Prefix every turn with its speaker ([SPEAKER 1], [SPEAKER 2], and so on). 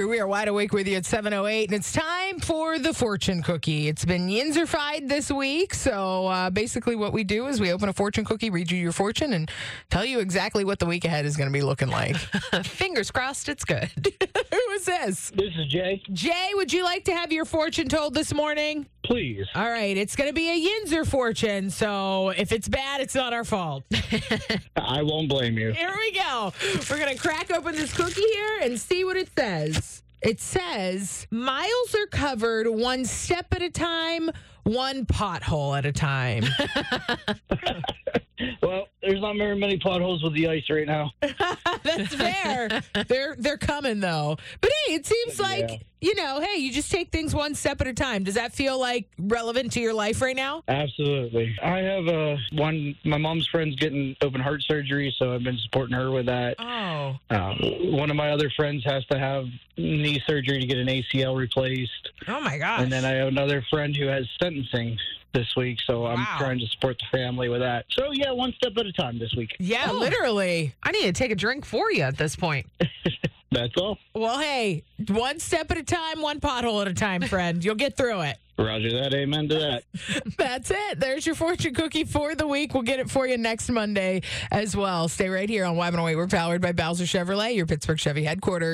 [SPEAKER 1] We are wide awake with you at 7.08, and it's time for the fortune cookie. It's been yinzerfied this week, so uh, basically what we do is we open a fortune cookie, read you your fortune, and tell you exactly what the week ahead is going to be looking like.
[SPEAKER 2] Fingers crossed it's good.
[SPEAKER 1] Who is this?
[SPEAKER 3] This is Jay.
[SPEAKER 1] Jay, would you like to have your fortune told this morning?
[SPEAKER 3] Please.
[SPEAKER 1] All right, it's going to be a Yinzer fortune, so if it's bad, it's not our fault.
[SPEAKER 3] I won't blame you.
[SPEAKER 1] Here we go. We're going to crack open this cookie here and see what it says. It says miles are covered one step at a time, one pothole at a time.
[SPEAKER 3] Well, there's not very many potholes with the ice right now.
[SPEAKER 1] That's fair. they're they're coming though. But hey, it seems
[SPEAKER 3] Yeah.
[SPEAKER 1] like you know, hey, you just take things one step at a time. Does that feel like relevant to your life right now?
[SPEAKER 3] Absolutely. I have uh, one. My mom's friend's getting open heart surgery, so I've been supporting her with that.
[SPEAKER 1] Oh.
[SPEAKER 3] Um, one of my other friends has to have knee surgery to get an ACL replaced,
[SPEAKER 1] Oh my gosh.
[SPEAKER 3] and then I have another friend who has sentencing this week, so I'm
[SPEAKER 1] Wow.
[SPEAKER 3] trying to support the family with that. So yeah, one step at a time this week.
[SPEAKER 1] yeah,
[SPEAKER 2] Oh.
[SPEAKER 1] literally.
[SPEAKER 2] I need to take a drink for you at this point.
[SPEAKER 3] That's all.
[SPEAKER 1] Well, hey, one step at a time, one pothole at a time, friend. You'll get through it.
[SPEAKER 3] Roger that. Amen to that.
[SPEAKER 1] That's it. There's your fortune cookie for the week. We'll get it for you next Monday as well. Stay right here on Wyman Away. We're powered by Bowser Chevrolet, your Pittsburgh Chevy headquarters.